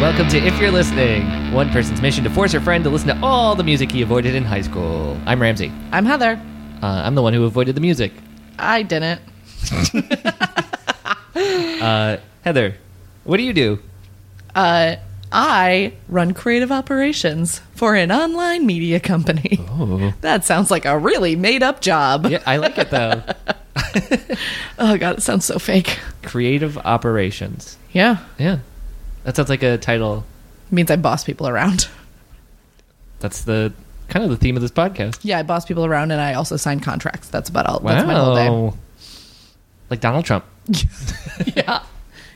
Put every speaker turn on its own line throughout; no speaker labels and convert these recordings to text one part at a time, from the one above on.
welcome to If You're Listening, one person's mission to force her friend to listen to all the music he avoided in high school. I'm Ramsey.
I'm Heather.
Uh, I'm the one who avoided the music.
I didn't.
Uh, Heather, what do you do?
Uh, I run creative operations for an online media company.
Oh.
That sounds like a really made up job.
Yeah, I like it though.
Oh, God, it sounds so fake.
Creative operations.
Yeah.
Yeah. That sounds like a title.
means I boss people around.
That's the kind of the theme of this podcast.
Yeah, I boss people around and I also sign contracts. That's about all. That's my whole day.
Wow. Like Donald Trump.
Yeah.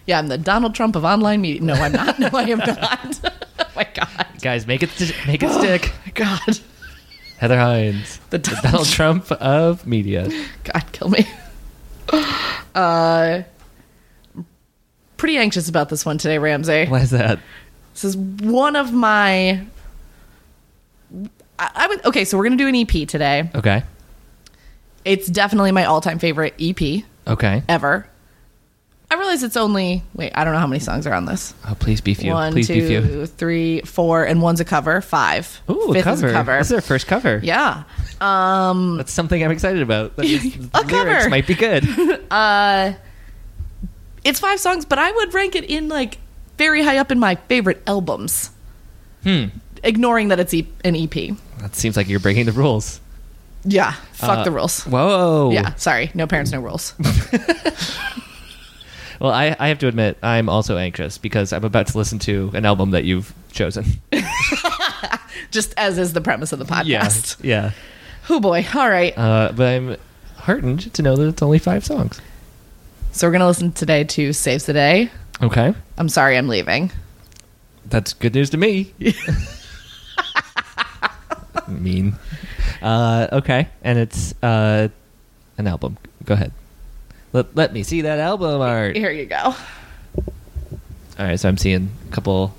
Yeah, I'm the Donald Trump of online media. No, I'm not. No, I am not. oh, my God.
Guys, make it st- make it stick.
My God.
Heather Hines,
The
the Donald Trump of media.
God, kill me. Uh, pretty anxious about this one today, Ramsey.
Why is that?
This is one of my. I, I would okay. So we're gonna do an EP today.
Okay.
It's definitely my all-time favorite EP
Okay.
ever. I realize it's only wait. I don't know how many songs are on this.
Oh, please be few.
One, two, three, four,
please be few.
and one's a cover. Five.
Ooh,
Fifth
a cover.
is a cover.
This is our first cover.
yeah.
That's something I'm excited about. That means the
A
lyrics
cover.
might be good.
it's five songs, but I would rank it in like very high up in my favorite albums.
Hmm.
Ignoring that it's e- an EP.
that seems like you're breaking the rules.
Yeah. Fuck
Uh,
the rules.
Whoa.
Yeah. Sorry. No parents, no rules.
Well, I, I have to admit, I'm also anxious because I'm about to listen to an album that you've chosen.
Just as is the premise of the podcast.
Yeah.
Oh boy. All right.
Uh, but I'm heartened to know that it's only five songs.
So we're gonna listen today to Saves the Day.
Okay.
I'm sorry, I'm leaving.
That's good news to me. mean. Uh, okay. And it's uh, an album. Go ahead. Let, let me see that album art.
Here you go.
All right, so I'm seeing a couple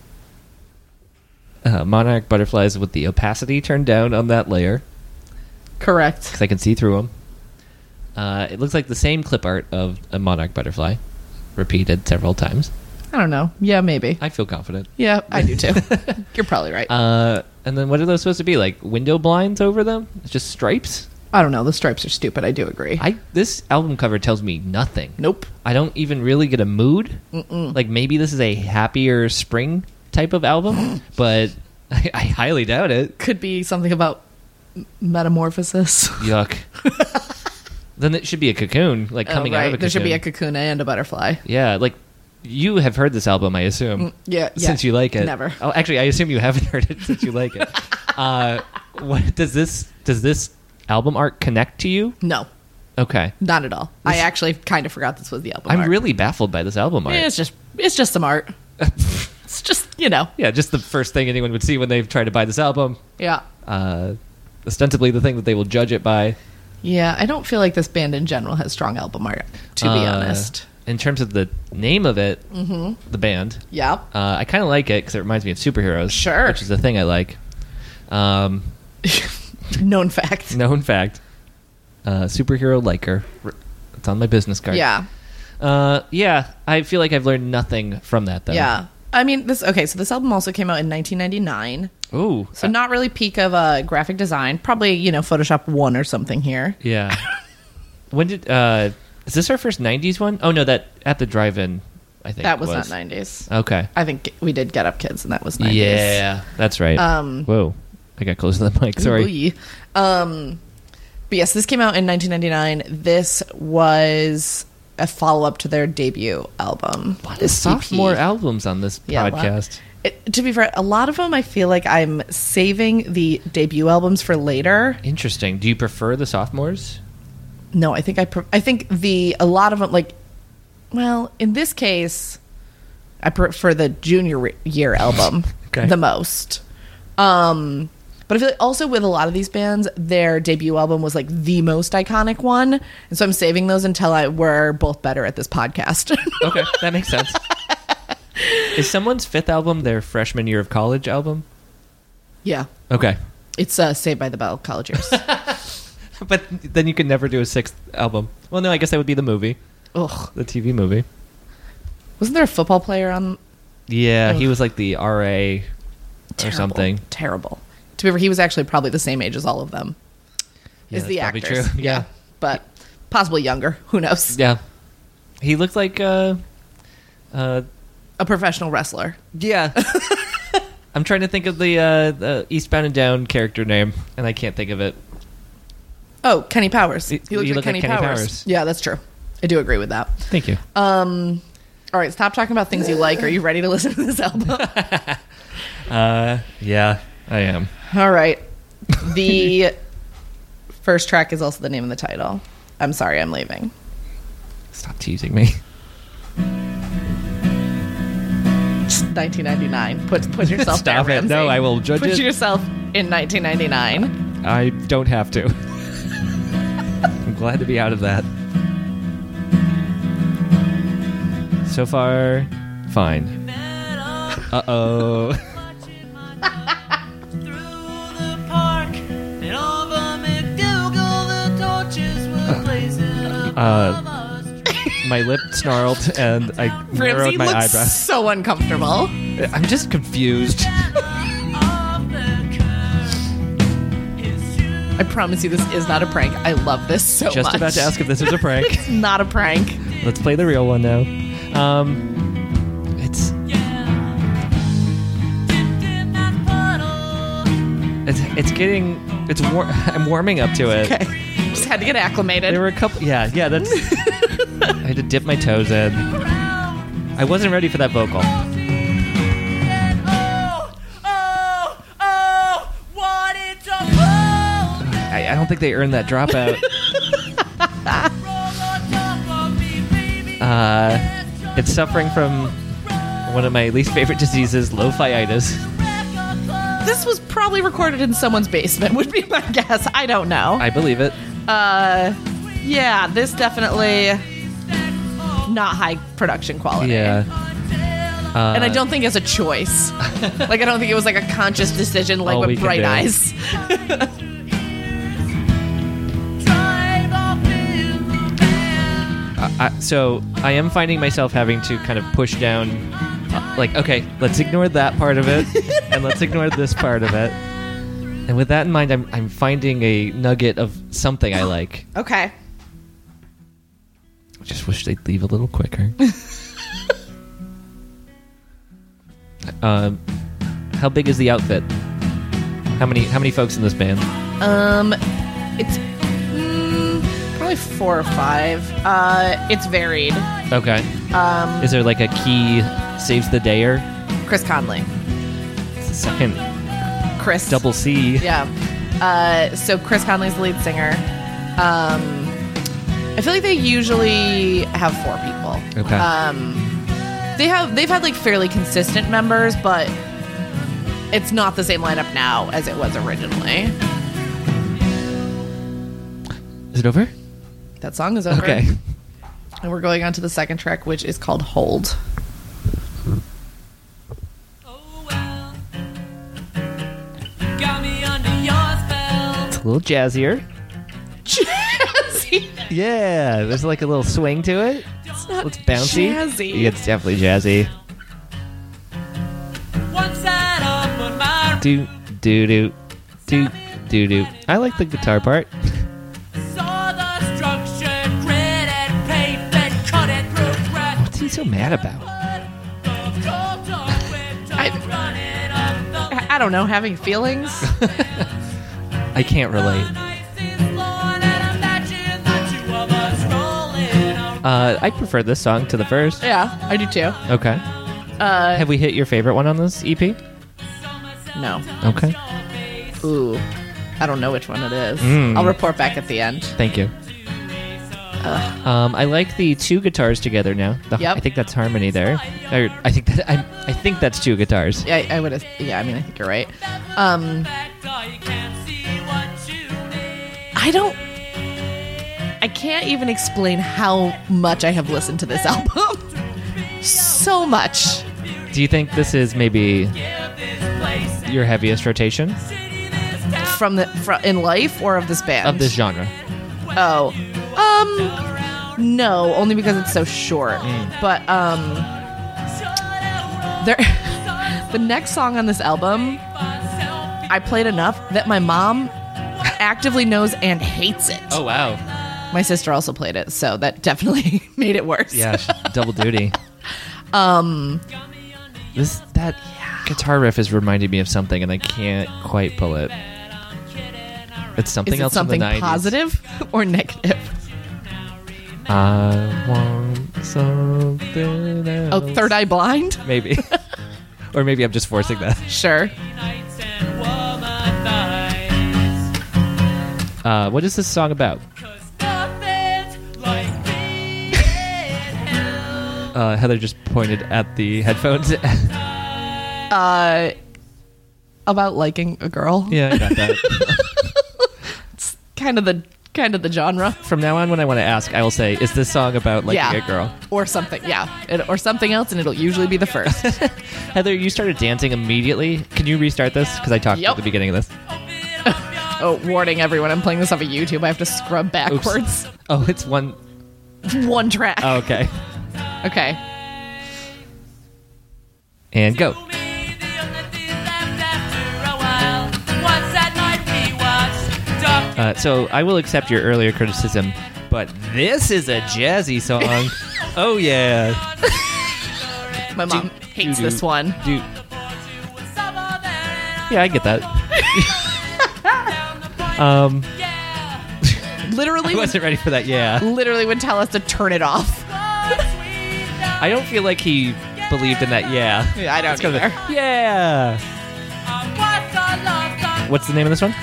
uh, monarch butterflies with the opacity turned down on that layer
Correct.
because I can see through them. Uh, it looks like the same clip art of a monarch butterfly, repeated several times.
I don't know. Yeah, maybe.
I feel confident.
Yeah, I do too. You're probably right.
Uh, and then what are those supposed to be? Like window blinds over them? It's just stripes?
I don't know. The stripes are stupid. I do agree.
I this album cover tells me nothing.
nope.
I don't even really get a mood. Like maybe this is a happier spring type of album, but I, I highly doubt it.
Could be something about m- metamorphosis. Uh,
Yuck. then it should be a cocoon, like coming
Oh,
out of a cocoon.
There should be a cocoon and a butterfly.
yeah, like you have heard this album, I assume.
Yeah, Mm, yeah.
Since you like it,
Never.
Oh, actually, I assume you haven't heard it since you like it. uh, what does this does this album art connect to you?
No,
Okay,
not at all. I actually kind of forgot this was the album.
I'm
art.
really baffled by this album art.
Eh, It's just it's just some art. it's just you know.
Yeah, just the first thing anyone would see when they try to buy this album.
Yeah,
Uh, ostensibly, the thing that they will judge it by.
yeah. I don't feel like this band in general has strong album art. To be
Uh,
honest. Mm-hmm.
in terms of the name of it, the band.
Yeah.
Uh, I kind of like it because it reminds me of superheroes.
Sure.
Which is a thing I like. Um,
Known fact.
known fact. Uh, superhero liker. R- It's on my business card.
Yeah.
Uh, yeah. I feel like I've learned nothing from that, though.
Yeah. I mean this. Okay, so this album also came out in 1999.
Ooh.
So not really peak of uh, graphic design. Probably you know Photoshop one or something here.
Yeah. when did. Uh, is this our first 90s one? Oh, no, that at the drive in, I think.
That was,
was
not 90s.
Okay.
I think we did Get Up Kids, and that was 90s.
Yeah. That's right.
Um,
Whoa. I got close to the mic. Sorry.
Ooh-wee. Um, but yes, this came out in 1999. This was a follow up to their debut album.
A
E
lot of
This
sophomore
EP.
albums on this
Yeah, a lot.
podcast.
It- to be fair, a lot of them I feel like I'm saving the debut albums for later.
Interesting. Do you prefer the sophomores?
No, I think I pre- I think the a lot of them like well, in this case I prefer the junior re- year album
Okay.
the most. Um but I feel like also with a lot of these bands, their debut album was like the most iconic one, and so I'm saving those until I we're both better at this podcast.
Okay, that makes sense. Is someone's fifth album their freshman year of college album?
yeah,
Okay.
it's uh, Saved by the Bell College Years.
But then you could never do a sixth album. Well, no, I guess that would be the movie,
Ugh,
the TV movie.
wasn't there a football player on
Yeah, he
Ugh.
was like the RA or
Terrible,
something.
Terrible. To be fair, he was actually probably the same age as all of them.
Yeah,
is
that's
the
probably
actors?
true. Yeah.
but possibly younger. Who knows?
Yeah. He looked like uh uh
A professional wrestler.
yeah. I'm trying to think of the uh the Eastbound and Down character name and I can't think of it.
Oh, Kenny Powers.
He- he
He, looks like
looked
Kenny,
like Kenny
Powers.
Powers.
Yeah, that's true. I do agree with that.
Thank you.
Um, all right, stop talking about things you like. Are you ready to listen to this album?
Uh yeah, I am.
all right. The first track is also the name of the title. I'm sorry, I'm leaving.
Stop teasing me.
It's 1999. Put put yourself
Stop
there,
it. No,
Ramsey.
I will judge
put
it.
yourself in 1999.
I don't have to. I'm glad to be out of that. So far, fine. Uh oh. Uh, My lip snarled and I narrowed
Ramsey
my
looks
eyebrows.
so uncomfortable.
I'm just confused.
I promise you, this is not a prank. I love this so
just
much.
about to ask if this was a prank.
It's not a prank.
Let's play the real one now. Um, it's it's it's getting it's war- I'm warming up to it.
Okay, just had to get acclimated.
There were a couple. Yeah, yeah. That's. I had to dip my toes in. I wasn't ready for that vocal. I, I don't think they earned that dropout. Uh, it's suffering from one of my least favorite diseases, lo-fiitis.
This was probably recorded in someone's basement, would be my guess. I don't know.
I believe it.
Uh, yeah, this definitely not high production quality.
Yeah. Uh,
And I don't think it's a choice. like, I don't think it was like a conscious decision, like
All we
with
can
bright
do.
eyes.
I, I- so I am finding myself having to kind of push down, uh, like, okay, let's ignore that part of it, and let's ignore this part of it. And with that in mind, I'm, I'm finding a nugget of something I like.
Okay.
I just wish they'd leave a little quicker. um, how big is the outfit? How many how many folks in this band?
Um, it's mm, probably four or five. Uh, it's varied.
Okay. Um, is there like a key saves the dayer?
Chris Conley.
It's the second
Chris.
double C.
Yeah. Uh, so Chris Conley's the lead singer. Um, I feel like they usually have four people.
Okay.
Um, they have they've had like fairly consistent members, but it's not the same lineup now as it was originally.
Is it over?
That song is over.
Okay.
And we're going on to the second track, which is called Hold.
It's a little jazzier.
Jazzy.
Yeah, there's like a little swing to it.
It's not
It's bouncy.
Jazzy.
Yeah, it's definitely jazzy. Do do do do do do. I like the guitar part. What's he so mad about?
I I don't know, having feelings.
I can't relate. Uh, I prefer this song to the first.
yeah, I do too.
Okay.
Uh,
Have we hit your favorite one on this E EP?
no.
Okay.
Ooh, I don't know which one it is.
Mm.
I'll report back at the end.
Thank you. Um, I like the two guitars together now. The-
Yep.
I think that's harmony there. Or, I think that I, I think that's two guitars.
Yeah, I, I would have. Yeah, I mean, I think you're right. Um, I don't. I can't even explain how much I have listened to this album. so much.
Do you think this is maybe your heaviest rotation
From the from, in life or of this band
of this genre?
Oh, um,
Mm.
no, only because it's so short. But um, There, the next song on this album, I played enough that my mom actively knows and hates it.
Oh wow.
My sister also played it, so that definitely made it worse.
Yeah, sh- double duty. Um this that guitar riff is reminding me of something and I can't quite pull it. It's something
Is it
else from
something
the 90s.
positive or negative?
I want something else.
Oh, third eye blind?
maybe. or maybe I'm just forcing that.
Sure.
Uh, what is this song about? Uh, Heather just pointed at the headphones. yeah,
Uh, about liking a girl.
I got that.
Kind of the kind of the genre.
From now on, when I want to ask, I will say, "Is this song about liking
yeah.
a girl?"
Or something. Yeah. It, or something else, and it'll usually be the first.
Heather, you started dancing immediately. Can you restart this? Because I talked
Yep.
at the beginning of this.
oh, warning everyone, I'm playing this off of YouTube. I have to scrub backwards.
Oh, it's one.
One track.
Oh, okay,
Okay.
and go. Uh, so I will accept your earlier criticism, but this is a jazzy song. oh yeah,
My mom hates
Do-do.
this one.
dude. Yeah, I get that. um, I
Literally, would,
wasn't ready for that. Yeah,
literally would tell us to turn it off.
I don't feel like he believed in that. Yeah.
Yeah, I don't
It's kinda-
either.
yeah. What's the name of this one?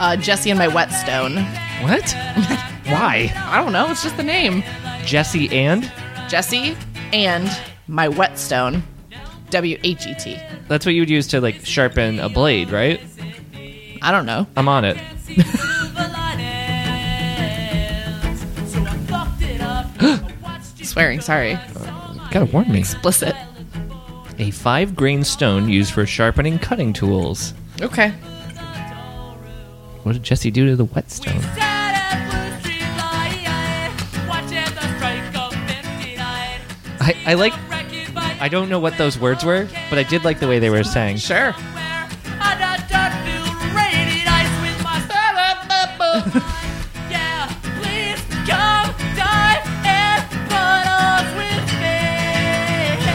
Uh, Jesse and my whetstone.
What? Why?
I don't know. It's just the name.
Jesse and?
Jesse and my whetstone. W H E T.
That's what you would use to like sharpen a blade, right?
I don't know.
I'm on it.
Swearing. Sorry.
Gotta warn me.
Explicit.
A five grain stone used for sharpening cutting tools.
Okay.
What did Jesse do to the whetstone? I, I like. I don't know what those words were, but I did like the way they were sang.
Sure.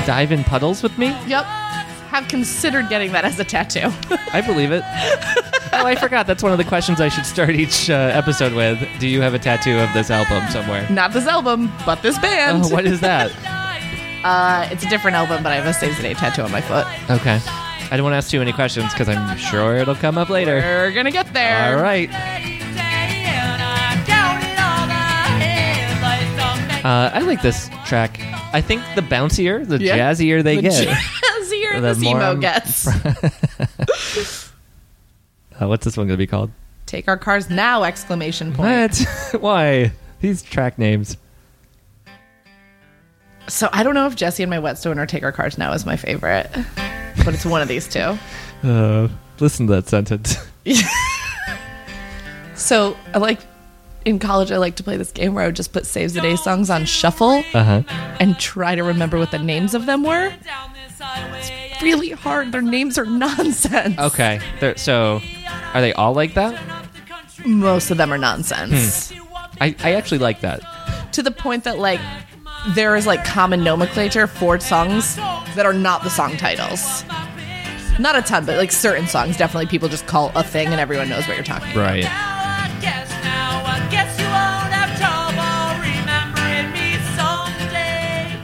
Dive in puddles with me?
Yep. Have considered getting that as a tattoo.
I believe it. oh, I forgot. That's one of the questions I should start each uh, episode with. Do you have a tattoo of this album somewhere?
Not this album, but this band.
Oh, what is that?
Uh, it's a different album, but I have a Saves the Day tattoo on my foot.
Okay. I don't want to ask too many questions because I'm sure it'll come up later.
We're gonna get there.
All right. Uh, I like this track. I think the bouncier, the
Yeah.
jazzier they
the
get.
jazzier
The
this
more
emo
I'm-
gets.
Uh, what's this one going to be called?
Take our cars now! Exclamation point.
What? Why? These track names.
So I don't know if Jesse and my whetstone or Take Our Cars Now is my favorite, but it's one of these two.
Uh, listen to that sentence.
So I like in college, I like to play this game where I would just put Saves the Day songs on shuffle
Uh huh.
and try to remember what the names of them were. Really hard. Their names are nonsense.
Okay. They're- so, are they all like that?
Most of them are
Hmm.
nonsense.
I, I actually like that.
to the point that like there is like common nomenclature for songs that are not the song titles. Not a ton, but like certain songs, definitely people just call a thing and everyone knows what you're talking. about.
Right.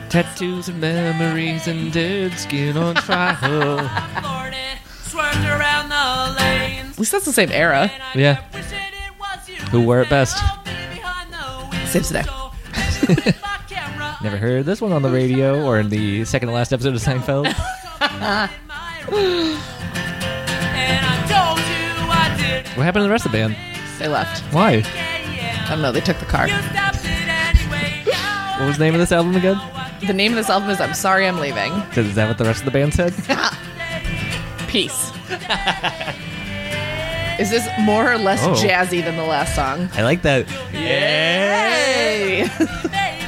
Tattoos and memories and dead skin on trial.
At least that's the same era.
Yeah. Who wore it best?
Saves the
Never heard this one on the radio or in the second to last episode of Seinfeld. What happened to the rest of the band?
They left.
Why?
I don't know. They took the car.
Um, What was the name of this album again?
The name of this album is "I'm Sorry I'm Leaving."
Is that what the rest of the band said?
Peace. is this more or less
Oh.
jazzy than the last song?
I like that. Yeah.
Hey.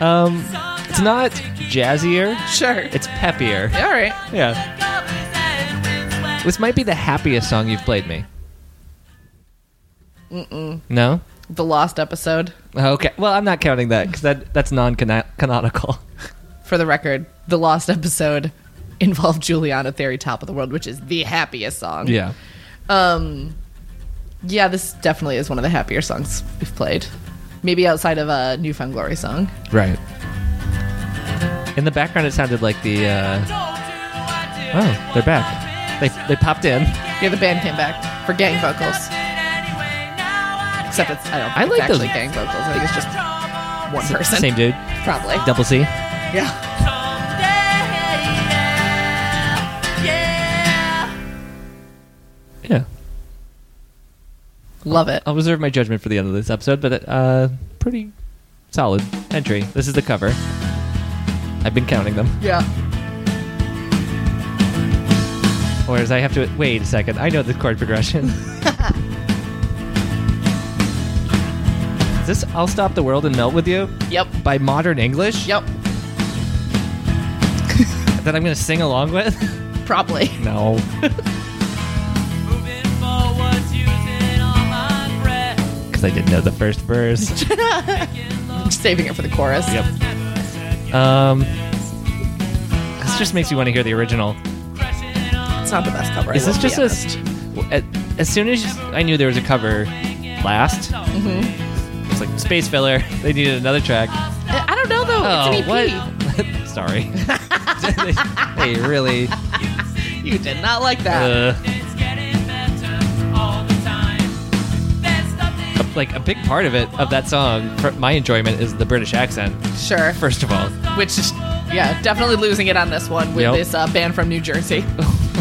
Um, it's not jazzier.
Sure.
It's peppier.
All right.
Yeah. This might be the happiest song you've played me. Mm-mm. No.
The lost episode,
Okay. Well, I'm not counting that because that that's non-canonical.
for the record, the lost episode involved Juliana Theory Top of the World, which is the happiest song.
Yeah.
Um, yeah, this definitely is one of the happier songs we've played. Maybe outside of a New Found Glory song.
Right. In the background, it sounded like the. Uh, oh, they're back. They they popped in.
Yeah, the band came back for gang vocals. Except it's I don't.
I
Think it's
like those-
actually gang vocals. I think it's just one person.
Same dude.
probably.
Double C.
Yeah.
Yeah.
Love it.
I'll reserve my judgment for the end of this episode, but uh, pretty solid entry. This is the cover. I've been counting them.
Yeah.
Whereas I have to wait a second. I know the chord progression. is this "I'll Stop the World and Melt with You"
Yep.
by Modern English?
Yep.
That I'm gonna sing along with?
Probably.
No. Because I didn't know the first verse.
Saving it for the chorus.
yep. Um. This just makes me want to hear the original.
It's not the best cover. I
Is this
will be
just a? s- As, as soon as I knew there was a cover, last
honest. Mhm.
it's like space filler. They needed another track.
I I don't know though. Oh, it's an E EP.
Oh, what? Sorry. they, they really.
You did not like that.
Uh, like a big part of it of that song, for my enjoyment is the British accent.
sure.
First of all,
Which is yeah, definitely losing it on this one with
Yep.
this uh, band from New Jersey.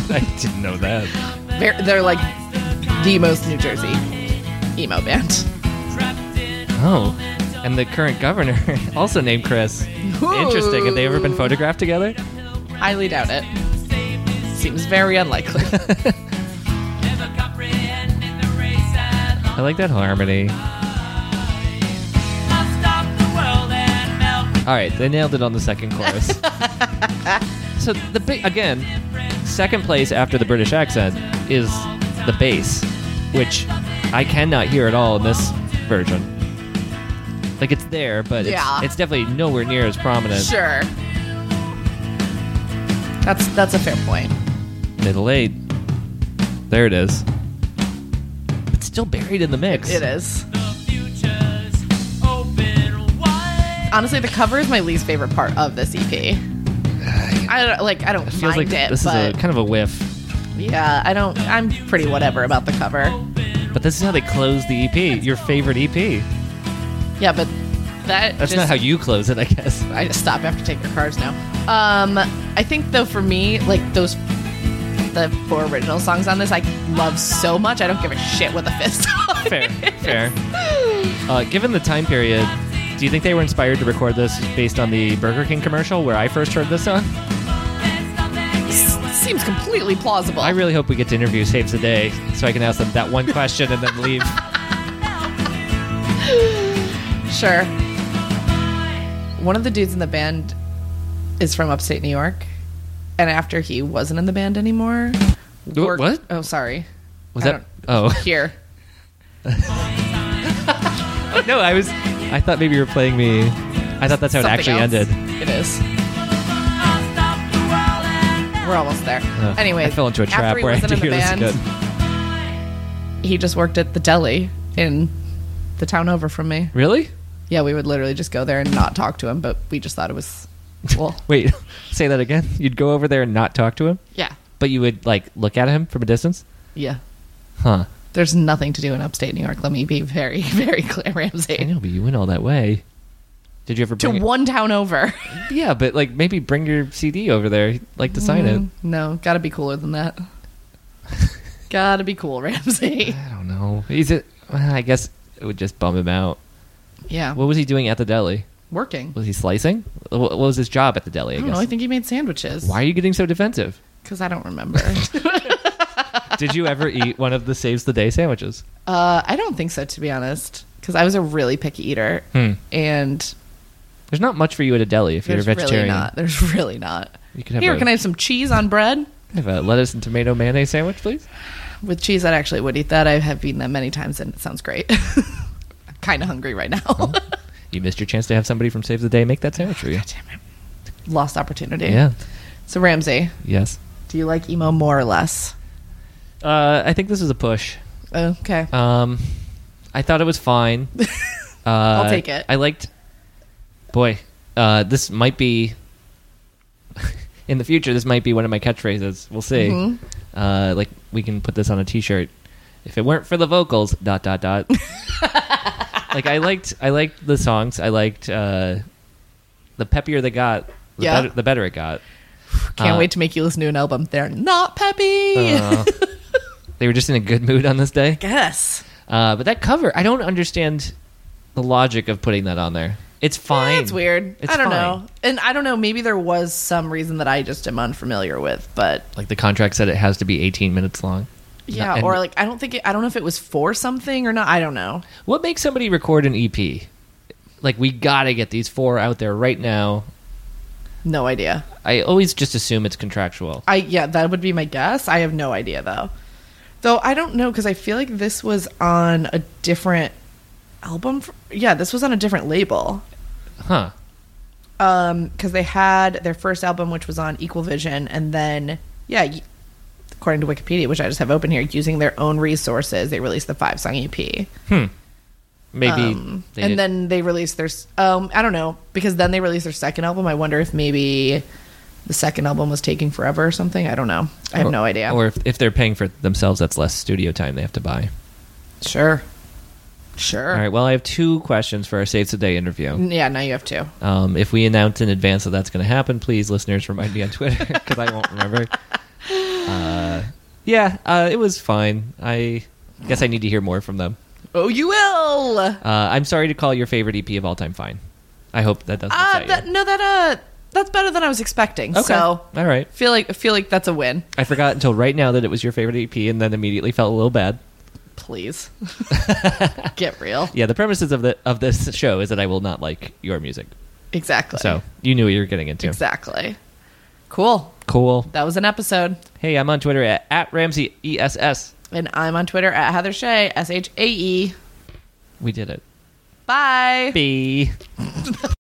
I didn't know that.
They're, they're like the most New Jersey emo band.
Oh, and the current governor also named Chris. Interesting. Have they ever been
Ooh.
photographed together?
Highly doubt it. Seems very unlikely.
I like that harmony. All right, they nailed it on the second chorus. so the big again, second place after the British accent is the bass, which I cannot hear at all in this version. Like it's there, but it's,
Yeah.
it's definitely nowhere near as prominent.
sure. That's that's a fair point.
Middle eight, there it is. But still buried in the mix.
It is. Honestly, the cover is my least favorite part of this EP. I don't like. I don't
It feels
mind
like
it,
this is a
but
kind of a whiff.
yeah, I don't. I'm pretty whatever about the cover.
But this is how they close the EP. Your favorite EP.
Yeah, but that
That's
just,
not how you close it, I guess.
I just stop. I have to take your cards now. Um, I think though for me, like those the four original songs on this, I love so much. I don't give a shit what the fifth song.
Fair, fair. Uh, given the time period, do you think they were inspired to record this based on the Burger King commercial where I first heard this song?
is. Seems completely plausible.
I really hope we get to interview Saves the Day so I can ask them that one question and then leave.
sure. One of the dudes in the band is from upstate New York, and after he wasn't in the band anymore,
Wh- what?
Oh, sorry.
Was
I
that? Oh
Here.
Oh, no, I was. I thought maybe you were playing me. I thought that's how it
Something
actually
else.
ended.
It is. We're almost there.
Uh,
anyway,
I fell into a trap
after he
where I had
wasn't
to
in the
hear this
band,
again.
He just worked at the deli in the town over from me.
Really?
Yeah, we would literally just go there and not talk to him, but we just thought it was cool.
Wait, say that again. You'd go over there and not talk to him,
yeah,
but you would like look at him from a distance,
yeah.
huh?
There's nothing to do in upstate New York. Let me be very, very clear,
I
Ramsey.
know, but you went all that way. Did you ever
To
bring it-
one town over.
Yeah, but like maybe bring your CD over there. He'd like to sign it.
No, gotta be cooler than that. gotta be cool, Ramsey.
I don't know. He's a, well, I guess it would just bum him out.
Yeah,
What was he doing at the deli?
working.
Was he slicing? Wh- What was his job at the deli? I,
I don't
guess.
know. I think he made sandwiches.
Why are you getting so defensive?
Because I don't remember.
Did you ever eat one of the saves the day sandwiches?
uh, I don't think so, to be honest. Because I was a really picky eater,
Hmm.
and
There's not much for you at a deli if
There's
you're a vegetarian.
really not. There's really not.
You can have
Here,
a,
can I have some cheese on bread?
have a lettuce and tomato mayonnaise sandwich, please?
With cheese, I actually would eat that. I have eaten that many times, and it sounds great. I'm kind of hungry right now.
You missed your chance to have somebody from Save the Day make that sandwich for you.
Lost opportunity.
Yeah.
So Ramsey,
Yes.
do you like emo more or less?
Uh, I think this is a push.
Okay.
Um, I thought it was fine. Uh, I'll
take it.
I liked. Boy, uh, this might be. in the future, this might be one of my catchphrases. We'll see.
Mm-hmm.
Uh, like we can put this on a T-shirt. If it weren't for the vocals, dot dot dot. like I liked, I liked the songs. I liked uh, the peppier they got, the,
Yeah.
better, the better it got.
Can't
uh,
wait to make you listen to an album. They're not peppy.
Uh, they were just in a good mood on this day.
Guess.
Uh, but that cover, I don't understand the logic of putting that on there. It's fine.
That's Eh, weird.
It's
I don't
fine.
know. And I don't know. Maybe there was some reason that I just am unfamiliar with, but
Like the contract said, it has to be 18 minutes long.
yeah.
And
or like, I don't think it, I don't know if it was for something or not. I don't know.
what makes somebody record an EP? Like we gotta get these four out there right now.
No idea.
I always just assume it's contractual.
I yeah, that would be my guess. I have no idea though. Though I don't know because I feel like this was on a different album. For, yeah, this was on a different label.
Huh.
Um, because they had their first album, which was on Equal Vision, and then yeah, y- according to Wikipedia, which I just have open here, using their own resources, they released the five song E EP.
Maybe.
Um,
they
and
did-
then they released their s- um I don't know because then they released their second album. I wonder if maybe the second album was taking forever or something. I don't know. I have no idea.
Or if, if they're paying for it themselves, that's less studio time they have to buy.
Sure. Sure.
All right. Well, I have two questions for our Saves the Day interview.
Yeah, now you have two.
Um, if we announce in advance that that's going to happen, please, listeners, remind me on Twitter because I won't remember. Uh, yeah, uh, it was fine. I guess I need to hear more from them.
Oh, you will.
Uh, I'm sorry to call your favorite EP of all time fine. I hope that doesn't
Uh,
upset
that,
you.
no, that uh, that's better than I was expecting.
Okay.
So
all right.
feel like feel like that's a win.
I forgot until right now that it was your favorite EP, and then immediately felt a little bad.
Please get real.
Yeah, the premises of the of this show is that I will not like your music.
Exactly.
So you knew what you were getting into.
exactly. Cool.
Cool.
That was an episode.
Hey, I'm on Twitter at, at Ramsey E ESS.
And I'm on Twitter at Heather Shea S H A E.
We did it.
Bye.
Bye.